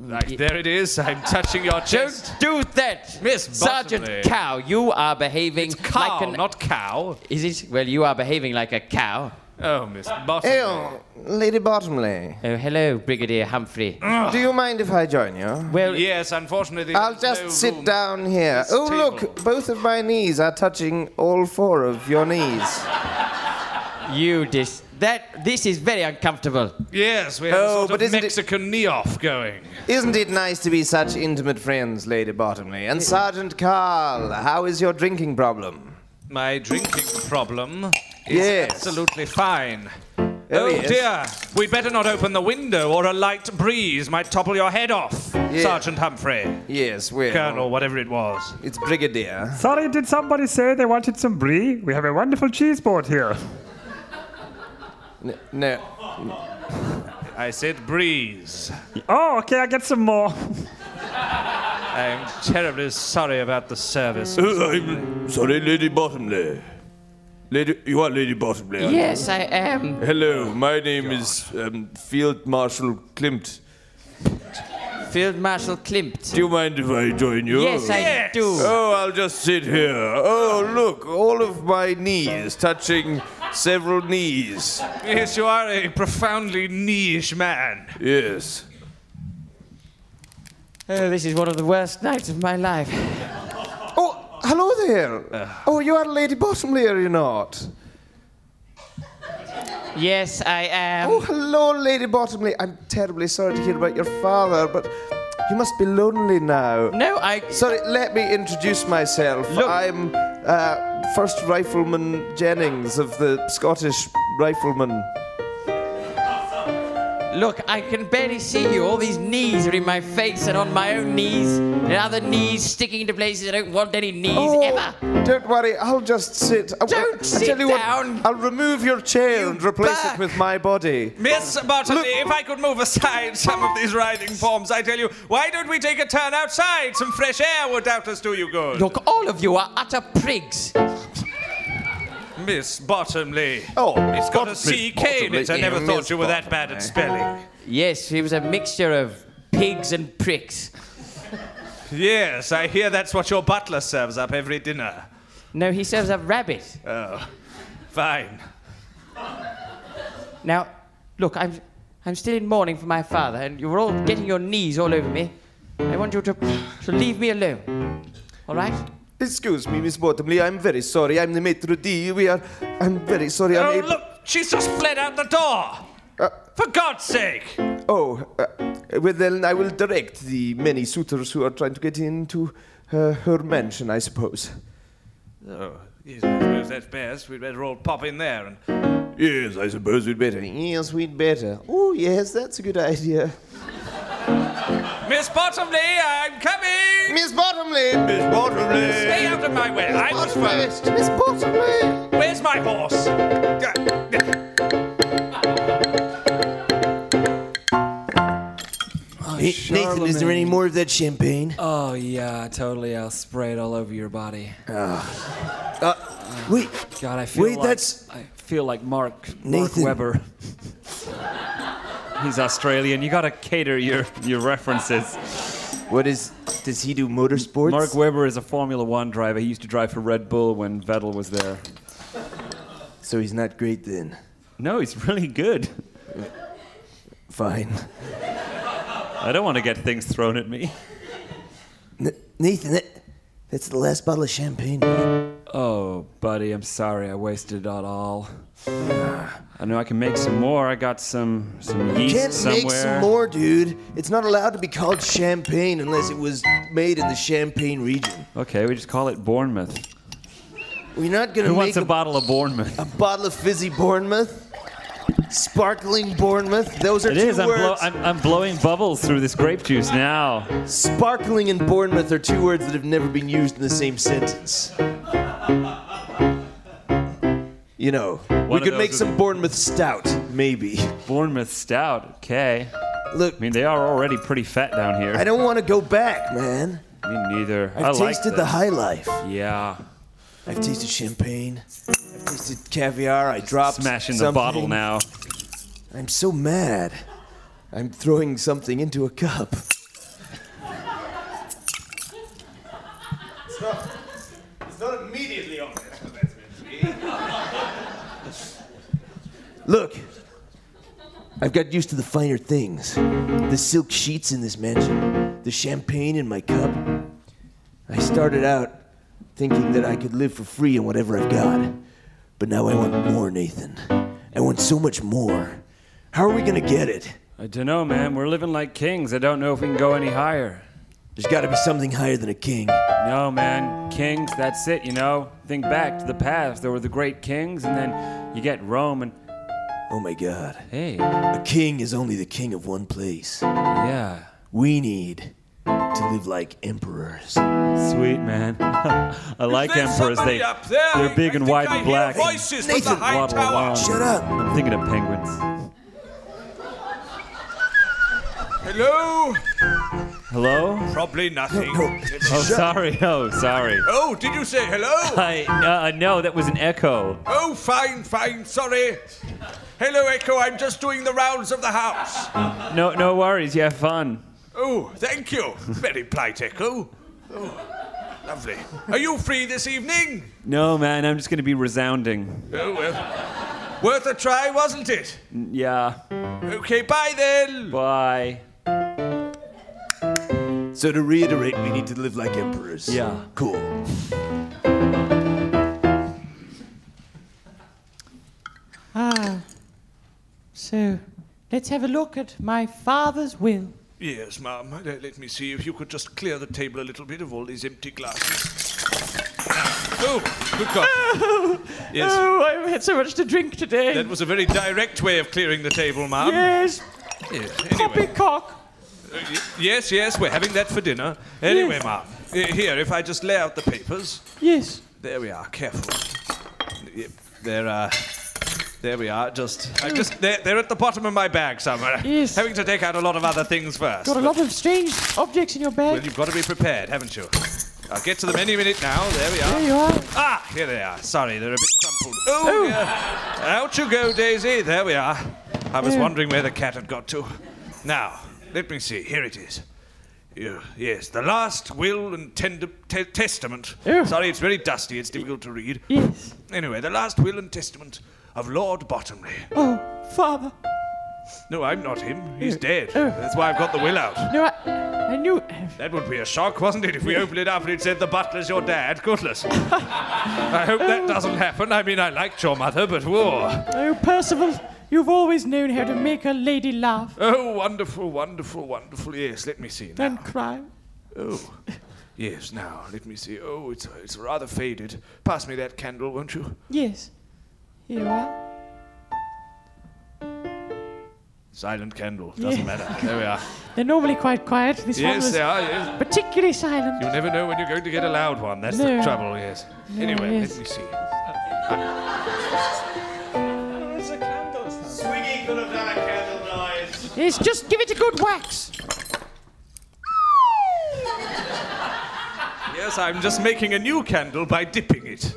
Speaker 5: Like, there it is. I'm touching your chest.
Speaker 6: Don't do that,
Speaker 5: Miss
Speaker 6: Sergeant
Speaker 5: Bottomley.
Speaker 6: Cow. You are behaving
Speaker 5: cow,
Speaker 6: like an.
Speaker 5: not cow.
Speaker 6: Is it? Well, you are behaving like a cow.
Speaker 5: Oh, Miss
Speaker 10: Ew, Lady Bottomley.
Speaker 6: Oh, hello, Brigadier Humphrey.
Speaker 5: Mm.
Speaker 10: Do you mind if I join you?
Speaker 6: Well,
Speaker 5: yes, unfortunately.
Speaker 10: I'll
Speaker 5: there's
Speaker 10: just
Speaker 5: Ah. no
Speaker 10: sit
Speaker 5: room.
Speaker 10: down here.
Speaker 5: This
Speaker 10: Oh,
Speaker 5: table.
Speaker 10: look, both of my knees are touching all four of your knees.
Speaker 6: You dis. That. This is very uncomfortable.
Speaker 5: Yes, we have
Speaker 10: Oh,
Speaker 5: a sort of Mexican knee off going.
Speaker 10: Isn't it nice to be such intimate friends, Lady Bottomley? And Sergeant Carl, how is your drinking problem?
Speaker 5: My drinking problem is
Speaker 10: Yes.
Speaker 5: absolutely fine. Oh,
Speaker 10: yes.
Speaker 5: dear, we'd better not open the window or a light breeze might topple your head off, Sergeant Humphrey.
Speaker 10: Yes, well.
Speaker 5: Colonel, whatever it was.
Speaker 10: It's Brigadier.
Speaker 27: Sorry, did somebody say they wanted some brie? We have a wonderful cheese board here.
Speaker 10: N- No.
Speaker 5: I said breeze.
Speaker 27: Oh, okay, I get some more.
Speaker 5: I'm terribly sorry about the service.
Speaker 27: Oh,
Speaker 5: I'm
Speaker 27: sorry,
Speaker 5: Lady Bottomley.
Speaker 27: Lady,
Speaker 5: you are Lady Bottomley.
Speaker 27: aren't you?
Speaker 6: Yes, I am.
Speaker 27: Hello, my name is um, Field Marshal Klimt.
Speaker 6: Field Marshal Klimt.
Speaker 27: Do you mind if I join you?
Speaker 6: Yes, I Yes. do.
Speaker 27: Oh, I'll just sit here. Oh, look, all of my knees touching several knees.
Speaker 5: Yes, you are a profoundly niche man.
Speaker 27: Yes.
Speaker 6: Oh, this is one of the worst nights of my life.
Speaker 10: Oh, hello
Speaker 27: Uh.
Speaker 10: there. Oh, you are Lady Bottomley, are you not?
Speaker 6: Yes, I am.
Speaker 1: Oh, hello, Lady Bottomley. I'm terribly sorry to hear about your father, but you must be lonely now.
Speaker 6: No, I.
Speaker 1: Sorry, let me introduce myself. I'm uh, First Rifleman Jennings of the Scottish Riflemen.
Speaker 6: Look, I can barely see you. All these knees are in my face and on my own knees, and other knees sticking into places I don't want any knees
Speaker 1: Oh,
Speaker 6: ever.
Speaker 1: Don't worry, I'll just sit. I-
Speaker 6: Don't
Speaker 1: I
Speaker 6: sit
Speaker 1: tell you what,
Speaker 6: down.
Speaker 1: I'll remove your chair and replace it with my body.
Speaker 5: Miss Bottomley, if I could move aside some of these writhing forms, I tell you, why don't we take a turn outside? Some fresh air would doubtless do you good.
Speaker 6: Look, all of you are utter prigs.
Speaker 5: Miss Bottomley.
Speaker 1: Oh,
Speaker 5: it's got a CK in it. I
Speaker 6: Bottomley.
Speaker 5: never
Speaker 6: Yeah,
Speaker 5: thought
Speaker 6: Miss
Speaker 5: you were that bad at spelling.
Speaker 6: Yes, it was a mixture of pigs and pricks.
Speaker 5: Yes, I hear that's what your butler serves up every dinner.
Speaker 6: No, he serves a rabbit.
Speaker 5: Oh, fine.
Speaker 6: Now, look, I'm, I'm still in mourning for my father, and you're all getting your knees all over me. I want you to, to leave me alone. All right?
Speaker 1: Excuse me, Miss Bottomley. I'm very sorry. I'm the maitre d'. We are. I'm very sorry. I'm
Speaker 5: Oh,
Speaker 1: able-
Speaker 5: look, she's just fled out the door. For God's sake.
Speaker 1: Oh, uh, well then I will direct the many suitors who are trying to get into uh, her mansion, I suppose.
Speaker 5: Oh, yes, I suppose that's best. We'd better all pop in there and
Speaker 1: Yes, I suppose we'd better. Yes, we'd better. Oh, yes, that's a good idea.
Speaker 5: Miss Bottomley, I'm coming!
Speaker 1: Miss Bottomley! Miss Bottomley!
Speaker 5: Stay out of my way, I was first!
Speaker 1: Miss Bottomley!
Speaker 5: Where's my horse?
Speaker 10: Nathan, is there any more of that champagne?
Speaker 13: Uh,
Speaker 28: Oh yeah, totally. I'll spray it all over your body.
Speaker 10: wait.
Speaker 28: God, I feel
Speaker 10: Wait,
Speaker 28: like,
Speaker 10: that's-
Speaker 28: I feel like Mark
Speaker 10: Nathan.
Speaker 28: Mark Weber.
Speaker 29: He's Australian. You gotta cater your your references.
Speaker 1: What is? Does he do motorsports?
Speaker 13: Mark Webber is a Formula One driver. He used to drive for Red Bull when Vettel was there.
Speaker 1: So he's not great then.
Speaker 29: No, he's really good.
Speaker 1: Fine.
Speaker 29: I don't want to get things thrown at me.
Speaker 10: Nathan, that, that's the last bottle of champagne.
Speaker 13: Oh, buddy, I'm sorry. I wasted it all. I know I can make some more. I got some some
Speaker 10: You
Speaker 13: yeast
Speaker 10: can't
Speaker 13: somewhere.
Speaker 10: make some more, dude. It's not allowed to be called champagne unless it was made in the Champagne region.
Speaker 13: Okay, we just call it Bournemouth.
Speaker 10: We're not gonna
Speaker 13: Who
Speaker 10: make
Speaker 13: wants a,
Speaker 10: a-
Speaker 13: bottle of Bournemouth?
Speaker 10: A bottle of fizzy Bournemouth, sparkling Bournemouth. Those are
Speaker 29: It
Speaker 10: two
Speaker 29: is. I'm, blow-
Speaker 10: words.
Speaker 29: I'm, I'm blowing bubbles through this grape juice now.
Speaker 10: Sparkling and Bournemouth are two words that have never been used in the same sentence.
Speaker 1: You know,
Speaker 10: One
Speaker 1: we
Speaker 10: of
Speaker 1: could
Speaker 10: those
Speaker 1: make
Speaker 10: is-
Speaker 1: some Bournemouth stout, maybe.
Speaker 13: Bournemouth stout. Okay.
Speaker 10: Look.
Speaker 13: I mean, they are already pretty fat down here.
Speaker 10: I don't want to go back, man.
Speaker 13: Me neither.
Speaker 10: I've
Speaker 13: I like
Speaker 10: tasted the
Speaker 13: this.
Speaker 10: high life.
Speaker 13: Yeah.
Speaker 10: I've tasted champagne. I've tasted caviar. I dropped
Speaker 13: Smashing the
Speaker 10: something.
Speaker 13: bottle now.
Speaker 10: I'm so mad.
Speaker 1: I'm throwing something into a cup.
Speaker 30: It's not, it's not immediately obvious what that's meant to be.
Speaker 10: Look, I've got used to the finer things. The silk sheets in this mansion, the champagne in my cup. I started out thinking that I could live for free on whatever I've got. But now I want more, Nathan. I want so much more. How are we gonna get it?
Speaker 13: I don't know, man. We're living like kings. I don't know if we can go any higher.
Speaker 10: There's got to be something higher than a king.
Speaker 13: No, man. Kings, that's it, you know? Think back to the past. There were the great kings, and then you get Rome, and
Speaker 10: Oh my god.
Speaker 13: Hey.
Speaker 10: A king is only the king of one place.
Speaker 13: Yeah.
Speaker 10: We need to live like emperors.
Speaker 13: Sweet, man. I like
Speaker 10: there
Speaker 13: emperors. They,
Speaker 10: somebody up there?
Speaker 13: they're big and white
Speaker 10: I
Speaker 13: and
Speaker 10: hear
Speaker 13: black. and
Speaker 10: voices from the
Speaker 13: waddle
Speaker 10: high tower.
Speaker 13: along.
Speaker 10: Shut up.
Speaker 13: I'm thinking of penguins.
Speaker 5: Hello?
Speaker 13: Hello?
Speaker 5: Probably nothing.
Speaker 29: Oh, sorry. Oh, sorry.
Speaker 5: Oh, did you say hello?
Speaker 29: I uh, no, that was an echo.
Speaker 5: Oh, fine, fine, sorry. Hello, Echo, I'm just doing the rounds of the house.
Speaker 29: No, no worries. You have fun.
Speaker 5: Oh, thank you. Very polite, Echo. Oh, lovely. Are you free this evening?
Speaker 13: No, man. I'm just going to be resounding.
Speaker 5: Oh, well. Worth a try, wasn't it?
Speaker 13: N- Yeah.
Speaker 5: Okay, bye then.
Speaker 13: Bye.
Speaker 10: So to reiterate, we need to live like emperors.
Speaker 13: Yeah.
Speaker 10: Cool.
Speaker 31: Ah,
Speaker 6: Let's have a look at my father's will.
Speaker 5: Yes, ma'am. Uh, Let me see if you could just clear the table a little bit of all these empty glasses. Oh, good God. Yes.
Speaker 6: Oh, I've had so much to drink today.
Speaker 5: That was a very direct way of clearing the table, ma'am.
Speaker 6: Yes.
Speaker 5: Yes, anyway.
Speaker 6: Poppycock.
Speaker 5: Uh, y- Yes, yes, we're having that for dinner. Anyway,
Speaker 6: Yes.
Speaker 5: ma'am. Uh, Here, if I just lay out the papers.
Speaker 6: Yes.
Speaker 5: There we are. Careful. Yep, There are. There we are. Just, I just, they're, they're at the bottom of my bag somewhere.
Speaker 6: Yes.
Speaker 5: Having to take out a lot of other things first.
Speaker 6: Got a lot of strange objects in your
Speaker 5: Well,
Speaker 6: bag.
Speaker 5: you've got to be prepared, haven't you? I'll get to them any minute now. There we are.
Speaker 6: There you are.
Speaker 5: Ah, here they are. Sorry, they're a bit crumpled. Oh, dear. out you go, Daisy. There we are. I was
Speaker 2: Oh.
Speaker 5: wondering where the cat had got to. Now, let me see. Here it is. You- yes, the last will and tender, te- testament. Sorry, it's very dusty. It's difficult to read.
Speaker 6: Yes.
Speaker 5: Anyway, the last will and testament of Lord Bottomley.
Speaker 6: Oh, father.
Speaker 5: No, I'm not him. He's dead. That's why I've got the will out.
Speaker 6: No, I, I knew.
Speaker 5: That would be a shock, wasn't it, if we opened it up and it said the butler's your dad? Goodness. I hope that doesn't happen. I mean, I liked your mother, but whoa.
Speaker 6: Oh, Percival, you've always known how to make a lady laugh
Speaker 5: Oh, wonderful, wonderful, wonderful. Yes, let me see.
Speaker 6: and cry.
Speaker 5: Oh, yes, now, let me see. Oh, it's, it's rather faded. Pass me that candle, won't you?
Speaker 6: Yes. Here you are.
Speaker 5: Silent candle. Doesn't
Speaker 6: Yeah.
Speaker 5: matter. There we are.
Speaker 6: They're normally quite quiet. This one
Speaker 5: Yes,
Speaker 6: was
Speaker 5: they are, yes.
Speaker 6: particularly silent.
Speaker 5: You never know when you're going to get a loud one. That's
Speaker 6: No.
Speaker 5: the trouble, yes.
Speaker 6: No,
Speaker 5: anyway,
Speaker 6: yes.
Speaker 5: let me see.
Speaker 2: Swiggy could have done a candle noise.
Speaker 6: Yes, just give it a good wax.
Speaker 5: Yes, I'm just making a new candle by dipping it.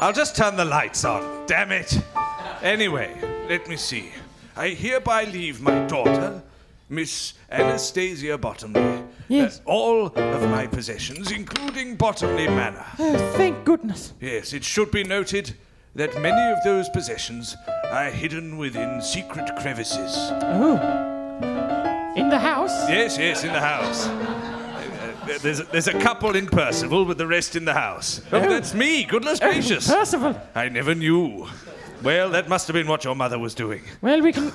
Speaker 5: I'll just turn the lights on. Damn it. Anyway, let me see. I hereby leave my daughter, Miss Anastasia Bottomley, yes. all of my possessions, including Bottomley Manor.
Speaker 6: Oh, thank goodness.
Speaker 5: Yes, it should be noted that many of those possessions are hidden within secret crevices.
Speaker 6: Oh. In the house?
Speaker 5: Yes, yes, in the house. Uh, There's a, there's a couple in Percival, but the rest in the house. Oh, that's me! Goodness
Speaker 6: Oh,
Speaker 5: gracious!
Speaker 6: Percival.
Speaker 5: I never knew. Well, that must have been what your mother was doing.
Speaker 6: Well, we can.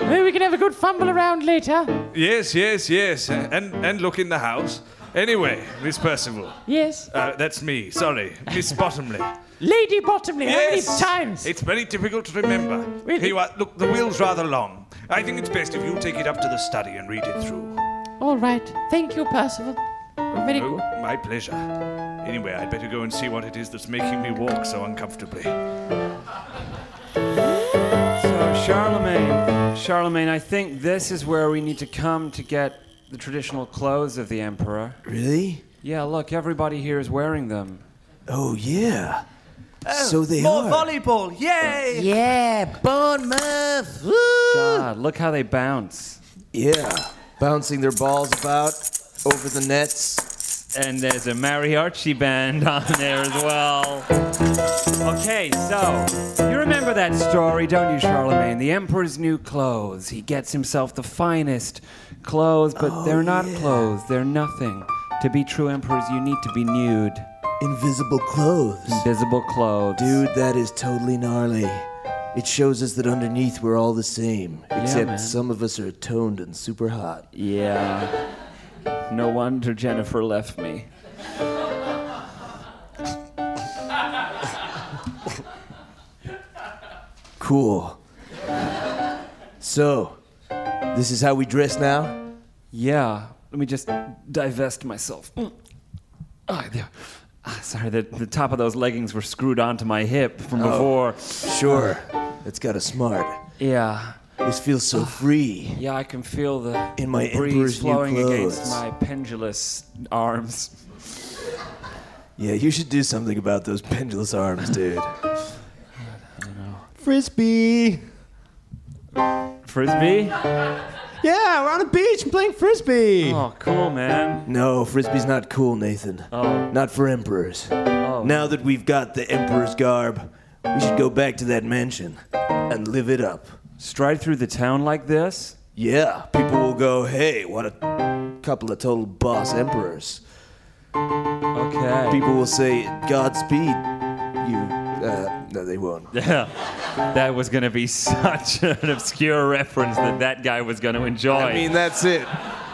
Speaker 6: Maybe we can have a good fumble around later.
Speaker 5: Yes, yes, yes. Uh, And and look in the house. Anyway, Miss Percival.
Speaker 6: Yes.
Speaker 5: Uh, that's me. Sorry, Miss Bottomley.
Speaker 6: Lady Bottomley,
Speaker 5: Yes.
Speaker 6: how many times?
Speaker 5: It's very difficult to remember.
Speaker 6: Really?
Speaker 5: Here you are. Look, the will's rather long. I think it's best if you take it up to the study and read it through.
Speaker 6: All right. Thank you, Percival. You're Very
Speaker 5: Oh,
Speaker 6: good.
Speaker 5: my pleasure. Anyway, I'd better go and see what it is that's making me walk so uncomfortably.
Speaker 13: So, Uh, Charlemagne, Charlemagne, I think this is where we need to come to get the traditional clothes of the emperor.
Speaker 10: Really?
Speaker 13: Yeah, look, everybody here is wearing them.
Speaker 10: Oh, yeah. so they
Speaker 13: Oh, more
Speaker 10: are.
Speaker 2: volleyball, yay!
Speaker 10: Yeah, Bournemouth. Woo!
Speaker 13: God, Ah, look how they bounce.
Speaker 10: Yeah, bouncing their balls about over the nets.
Speaker 7: And there's a mariachi band on there as well.
Speaker 13: Okay, so you remember that story, don't you, Charlemagne? The emperor's new clothes. He gets himself the finest clothes, but
Speaker 7: Oh,
Speaker 13: they're not clothes. They're nothing. To be true emperors, you need to be nude.
Speaker 10: Invisible clothes.
Speaker 13: Invisible clothes.
Speaker 10: Dude, that is totally gnarly. It shows us that underneath we're all the same,
Speaker 13: Yeah,
Speaker 10: except
Speaker 13: man.
Speaker 10: some of us are toned and super hot.
Speaker 13: Yeah. No wonder Jennifer left me.
Speaker 10: Cool. So, this is how we dress now?
Speaker 13: Yeah. Let me just divest myself. Mm. Ah, there. Ah, sorry, the, the top of those leggings were screwed onto my hip from
Speaker 10: Oh,
Speaker 13: before.
Speaker 10: Sure. That's got a smart.
Speaker 13: Yeah.
Speaker 10: This feels so free.
Speaker 13: Yeah, I can feel the,
Speaker 10: In my
Speaker 13: the breeze
Speaker 10: Emperor's new
Speaker 13: flowing against
Speaker 10: clothes.
Speaker 13: my pendulous arms.
Speaker 10: Yeah, you should do something about those pendulous arms, dude.
Speaker 32: Frisbee.
Speaker 13: Frisbee?
Speaker 32: Yeah, we're on a beach and playing frisbee.
Speaker 13: Oh, cool, man.
Speaker 10: No, Frisbee's not cool, Nathan.
Speaker 13: Oh.
Speaker 10: Not for emperors.
Speaker 5: Oh.
Speaker 10: Now that we've got the emperor's garb, we should go back to that mansion and live it up.
Speaker 13: Stride through the town like this?
Speaker 10: Yeah, people will go, hey, what a couple of total boss emperors.
Speaker 13: Okay.
Speaker 10: People will say, Godspeed, you Uh, no, they won't.
Speaker 33: Yeah. That was going to be such an obscure reference that that guy was going to enjoy.
Speaker 10: I mean, that's it.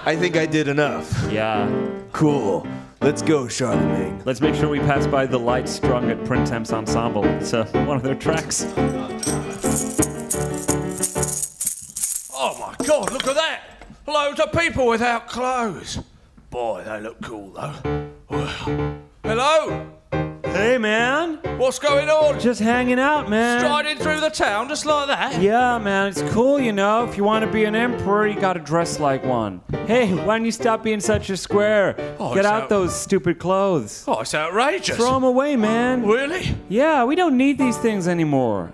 Speaker 10: I think I did enough.
Speaker 33: Yeah.
Speaker 10: Cool. Let's go, Charlemagne.
Speaker 33: Let's make sure we pass by the lights strung at Print Temps Ensemble. It's uh, one of their tracks.
Speaker 5: Oh my god, look at that! Loads of people without clothes. Boy, they look cool though. Well, hello?
Speaker 13: Hey, man.
Speaker 5: What's going on?
Speaker 13: Just hanging out, man.
Speaker 5: Striding through the town just like that?
Speaker 13: Yeah, man, it's cool, you know. If you want to be an emperor, you gotta dress like one. Hey, why don't you stop being such a square?
Speaker 5: Oh,
Speaker 13: Get
Speaker 5: it's
Speaker 13: out
Speaker 5: out-
Speaker 13: those stupid clothes.
Speaker 5: Oh, it's outrageous.
Speaker 13: Throw them away, man.
Speaker 5: Really?
Speaker 13: Yeah, we don't need these things anymore.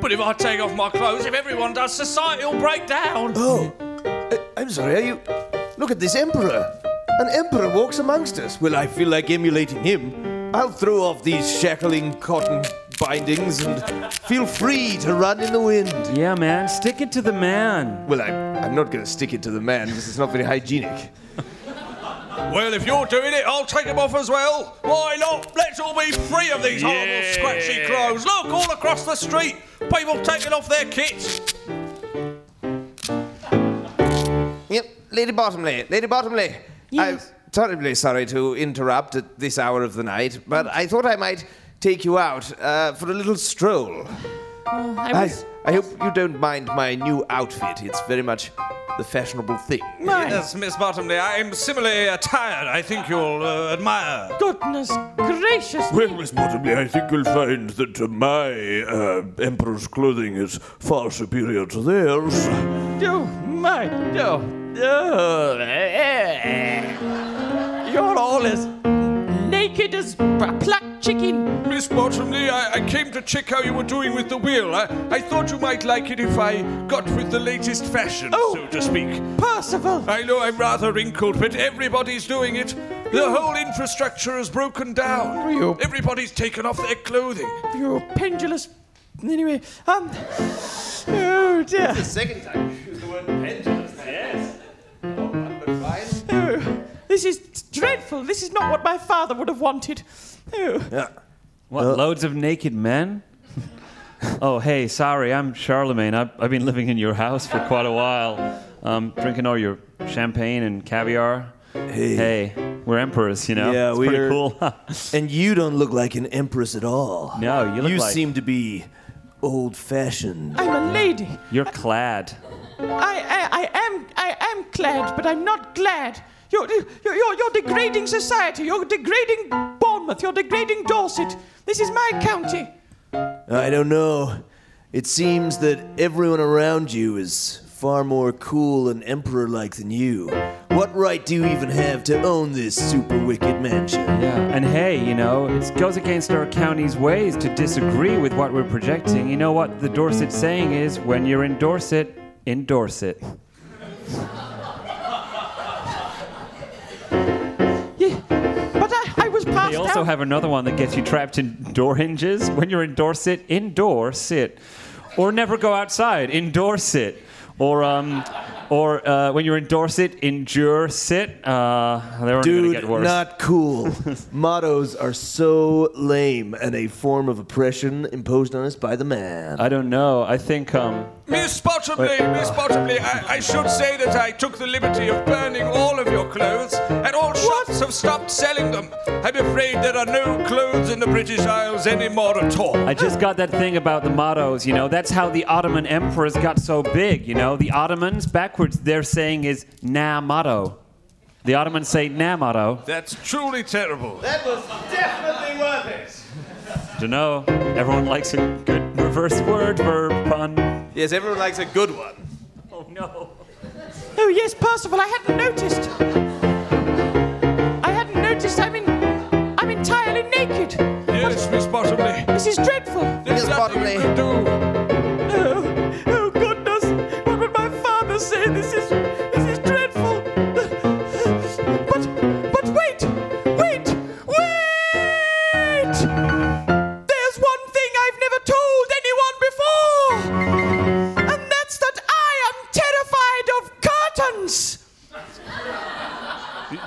Speaker 5: But if I take off my clothes, if everyone does, society will break down.
Speaker 34: Oh,
Speaker 35: Uh,
Speaker 34: I- I'm sorry. Are you? Look at this emperor. An emperor walks amongst us.
Speaker 35: Well, I feel like emulating him. I'll throw off these shackling cotton bindings and feel free to run in the wind.
Speaker 13: Yeah, man, stick it to the man.
Speaker 35: Well, I'm, I'm not going to stick it to the man because it's not very hygienic.
Speaker 5: Well, if you're doing it, I'll take them off as well. Why not? Let's all be free of these horrible, scratchy clothes. Look, all across the street, people taking off their kits.
Speaker 34: Yep, Lady Bottomley. Lady Bottomley. I'm terribly sorry to interrupt at this hour of the night, but I thought I might take you out uh, for a little stroll.
Speaker 6: Oh, I
Speaker 34: I,
Speaker 6: was.
Speaker 34: I hope you don't mind my new outfit. It's very much the fashionable thing.
Speaker 5: Yes, Miss Bottomley, I am similarly attired. I think you'll uh, admire.
Speaker 6: Goodness gracious
Speaker 36: Well, Miss Bottomley, I think you'll find that uh, my uh, emperor's clothing is far superior to theirs.
Speaker 37: Oh, my. Oh. Oh. eh. You're all as
Speaker 5: Naked as a plucked chicken. Miss Bottomley, I, I came to check how you were doing with the wheel. I, I thought you might like it if I got with the latest fashion, so to speak.
Speaker 37: Percival!
Speaker 5: I know I'm rather wrinkled, but everybody's doing it. The whole infrastructure has broken down.
Speaker 37: You-
Speaker 5: Everybody's taken off their clothing.
Speaker 37: you pendulous. Anyway, um. Oh dear.
Speaker 34: It's the second time you use the word pendulous. Yes.
Speaker 6: Oh, this is dreadful. This is not what my father would have wanted. Oh,
Speaker 13: Yeah. What, loads of naked men? oh, hey, sorry, I'm Charlemagne. I've, I've been living in your house for quite a while, um, drinking all your champagne and caviar. Hey. we're emperors, you know?
Speaker 10: yeah,
Speaker 13: it's
Speaker 10: we're
Speaker 13: pretty cool.
Speaker 10: and you don't look like an empress at all.
Speaker 13: No, you look
Speaker 10: You
Speaker 13: like-
Speaker 10: seem to be old-fashioned.
Speaker 6: I'm a lady.
Speaker 13: You're clad.
Speaker 6: I, I, I am, I am glad, but I'm not glad. You're, you're, you're, you're degrading society. You're degrading Bournemouth. You're degrading Dorset. This is my county.
Speaker 10: I don't know. It seems that everyone around you is far more cool and emperor like than you. What right do you even have to own this super wicked mansion?
Speaker 13: Yeah. And hey, you know, it goes against our county's ways to disagree with what we're projecting. You know what the Dorset saying is when you're in Dorset, endorse it.
Speaker 6: But I, I was passed
Speaker 13: They also
Speaker 6: out.
Speaker 13: have another one that gets you trapped in door hinges. When you're in Dorset, indoor sit. Or never go outside, indoor sit. Or, um, or uh, when you're in Dorset, endure sit. Uh, they're only going to
Speaker 10: Dude,
Speaker 13: get worse.
Speaker 10: not cool. Mottos are so lame and a form of oppression imposed on us by the man.
Speaker 13: I don't know. I think. Um,
Speaker 5: Miss Bottomley,
Speaker 10: Wait.
Speaker 5: Miss Bottomley, I, I should say that I took the liberty of burning all of your clothes, and all shops have stopped selling them. I'm afraid there are no clothes in the British Isles anymore at all.
Speaker 13: I just got that thing about the mottos, you know. That's how the Ottoman emperors got so big, you know. The Ottomans, backwards, their saying is na motto. The Ottomans say na motto.
Speaker 5: That's truly terrible.
Speaker 38: That was definitely worth it.
Speaker 13: Dunno. Everyone likes a good reverse word verb pun.
Speaker 35: Yes, everyone likes a good one.
Speaker 13: Oh no.
Speaker 6: Oh yes, Percival. I hadn't noticed. I hadn't noticed. I'm in, I'm entirely naked.
Speaker 5: Yes, Miss Bottomley.
Speaker 6: This is dreadful.
Speaker 5: There's nothing you can do.
Speaker 6: Oh, oh goodness! What would my father say? This is this is dreadful. But but wait, wait, wait! There's one thing I've never told anyone before, and that's that I am terrified of curtains.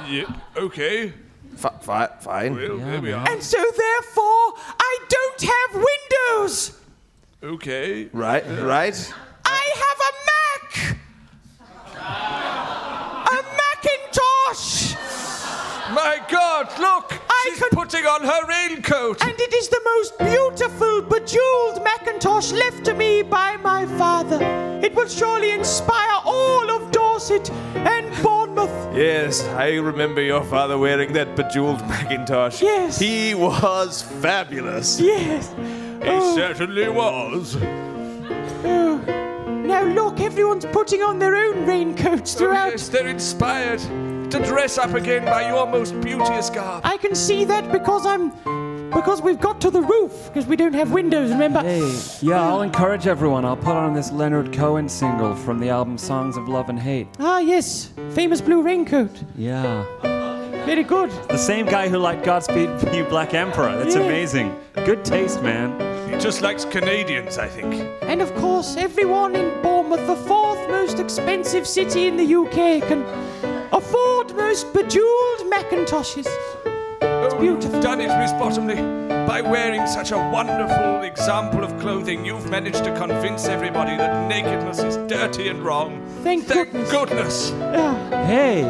Speaker 5: Yeah, okay.
Speaker 35: fine.
Speaker 5: Well, there we are.
Speaker 6: And so, therefore, I don't have Windows.
Speaker 5: Okay.
Speaker 39: Right, right.
Speaker 6: I have a Mac. a Macintosh.
Speaker 5: My God, look! She's putting on her raincoat.
Speaker 6: And it is the most beautiful bejeweled Macintosh left to me by my father. It will surely inspire all of Dorset and Bournemouth.
Speaker 39: Yes, I remember your father wearing that bejeweled Macintosh.
Speaker 6: Yes.
Speaker 39: He was fabulous.
Speaker 6: Yes.
Speaker 5: He certainly was.
Speaker 6: Oh. Now look, everyone's putting on their own raincoats throughout.
Speaker 5: Yes, they're inspired to dress up again by your most beauteous garb.
Speaker 6: I can see that because I'm because we've got to the roof because we don't have windows. Remember?
Speaker 13: Yeah, I'll encourage everyone. I'll put on this Leonard Cohen single from the album Songs of Love and Hate.
Speaker 6: Ah yes, famous blue raincoat.
Speaker 13: Yeah.
Speaker 6: Very good.
Speaker 40: The same guy who liked Godspeed You Black Emperor. That's
Speaker 6: Yeah.
Speaker 40: amazing. Good taste, man.
Speaker 5: He just likes Canadians, I think.
Speaker 6: And of course, everyone in Bournemouth, the fourth most expensive city in the UK, can afford most bejeweled Macintoshes.
Speaker 5: It's beautiful. You've done it, Miss Bottomley. By wearing such a wonderful example of clothing, you've managed to convince everybody that nakedness is dirty and wrong.
Speaker 6: Thank,
Speaker 5: goodness.
Speaker 13: Hey,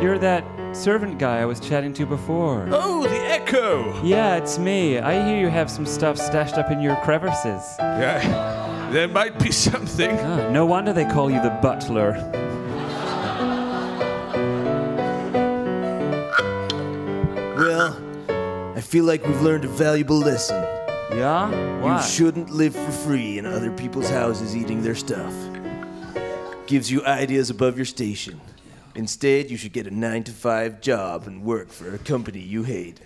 Speaker 13: you're that servant guy I was chatting to before.
Speaker 5: Oh, the echo.
Speaker 13: Yeah, it's me. I hear you have some stuff stashed up in your crevices.
Speaker 5: Yeah, there might be something.
Speaker 13: Ah, no wonder they call you the butler.
Speaker 10: Well, I feel like we've learned a valuable lesson.
Speaker 13: Yeah?
Speaker 10: You shouldn't live for free in other people's houses eating their stuff. Gives you ideas above your station. Instead, you should get a 9 to 5 job and work for a company you hate.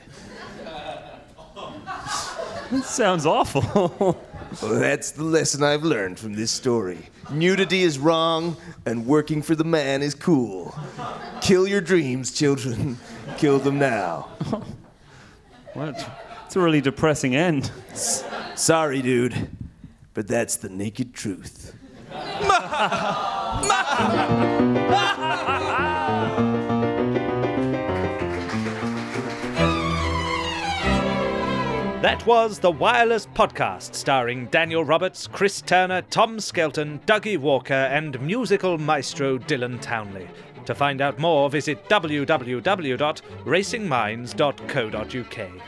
Speaker 40: That sounds awful.
Speaker 10: Well, that's the lesson I've learned from this story. Nudity is wrong, and working for the man is cool. Kill your dreams, children. Kill them now.
Speaker 40: What? It's a really depressing end.
Speaker 10: Sorry, dude, but that's the naked truth.
Speaker 1: That was the Wireless Podcast, starring Daniel Roberts, Chris Turner, Tom Skelton, Dougie Walker, and musical maestro Dylan Townley. To find out more, visit www.racingminds.co.uk.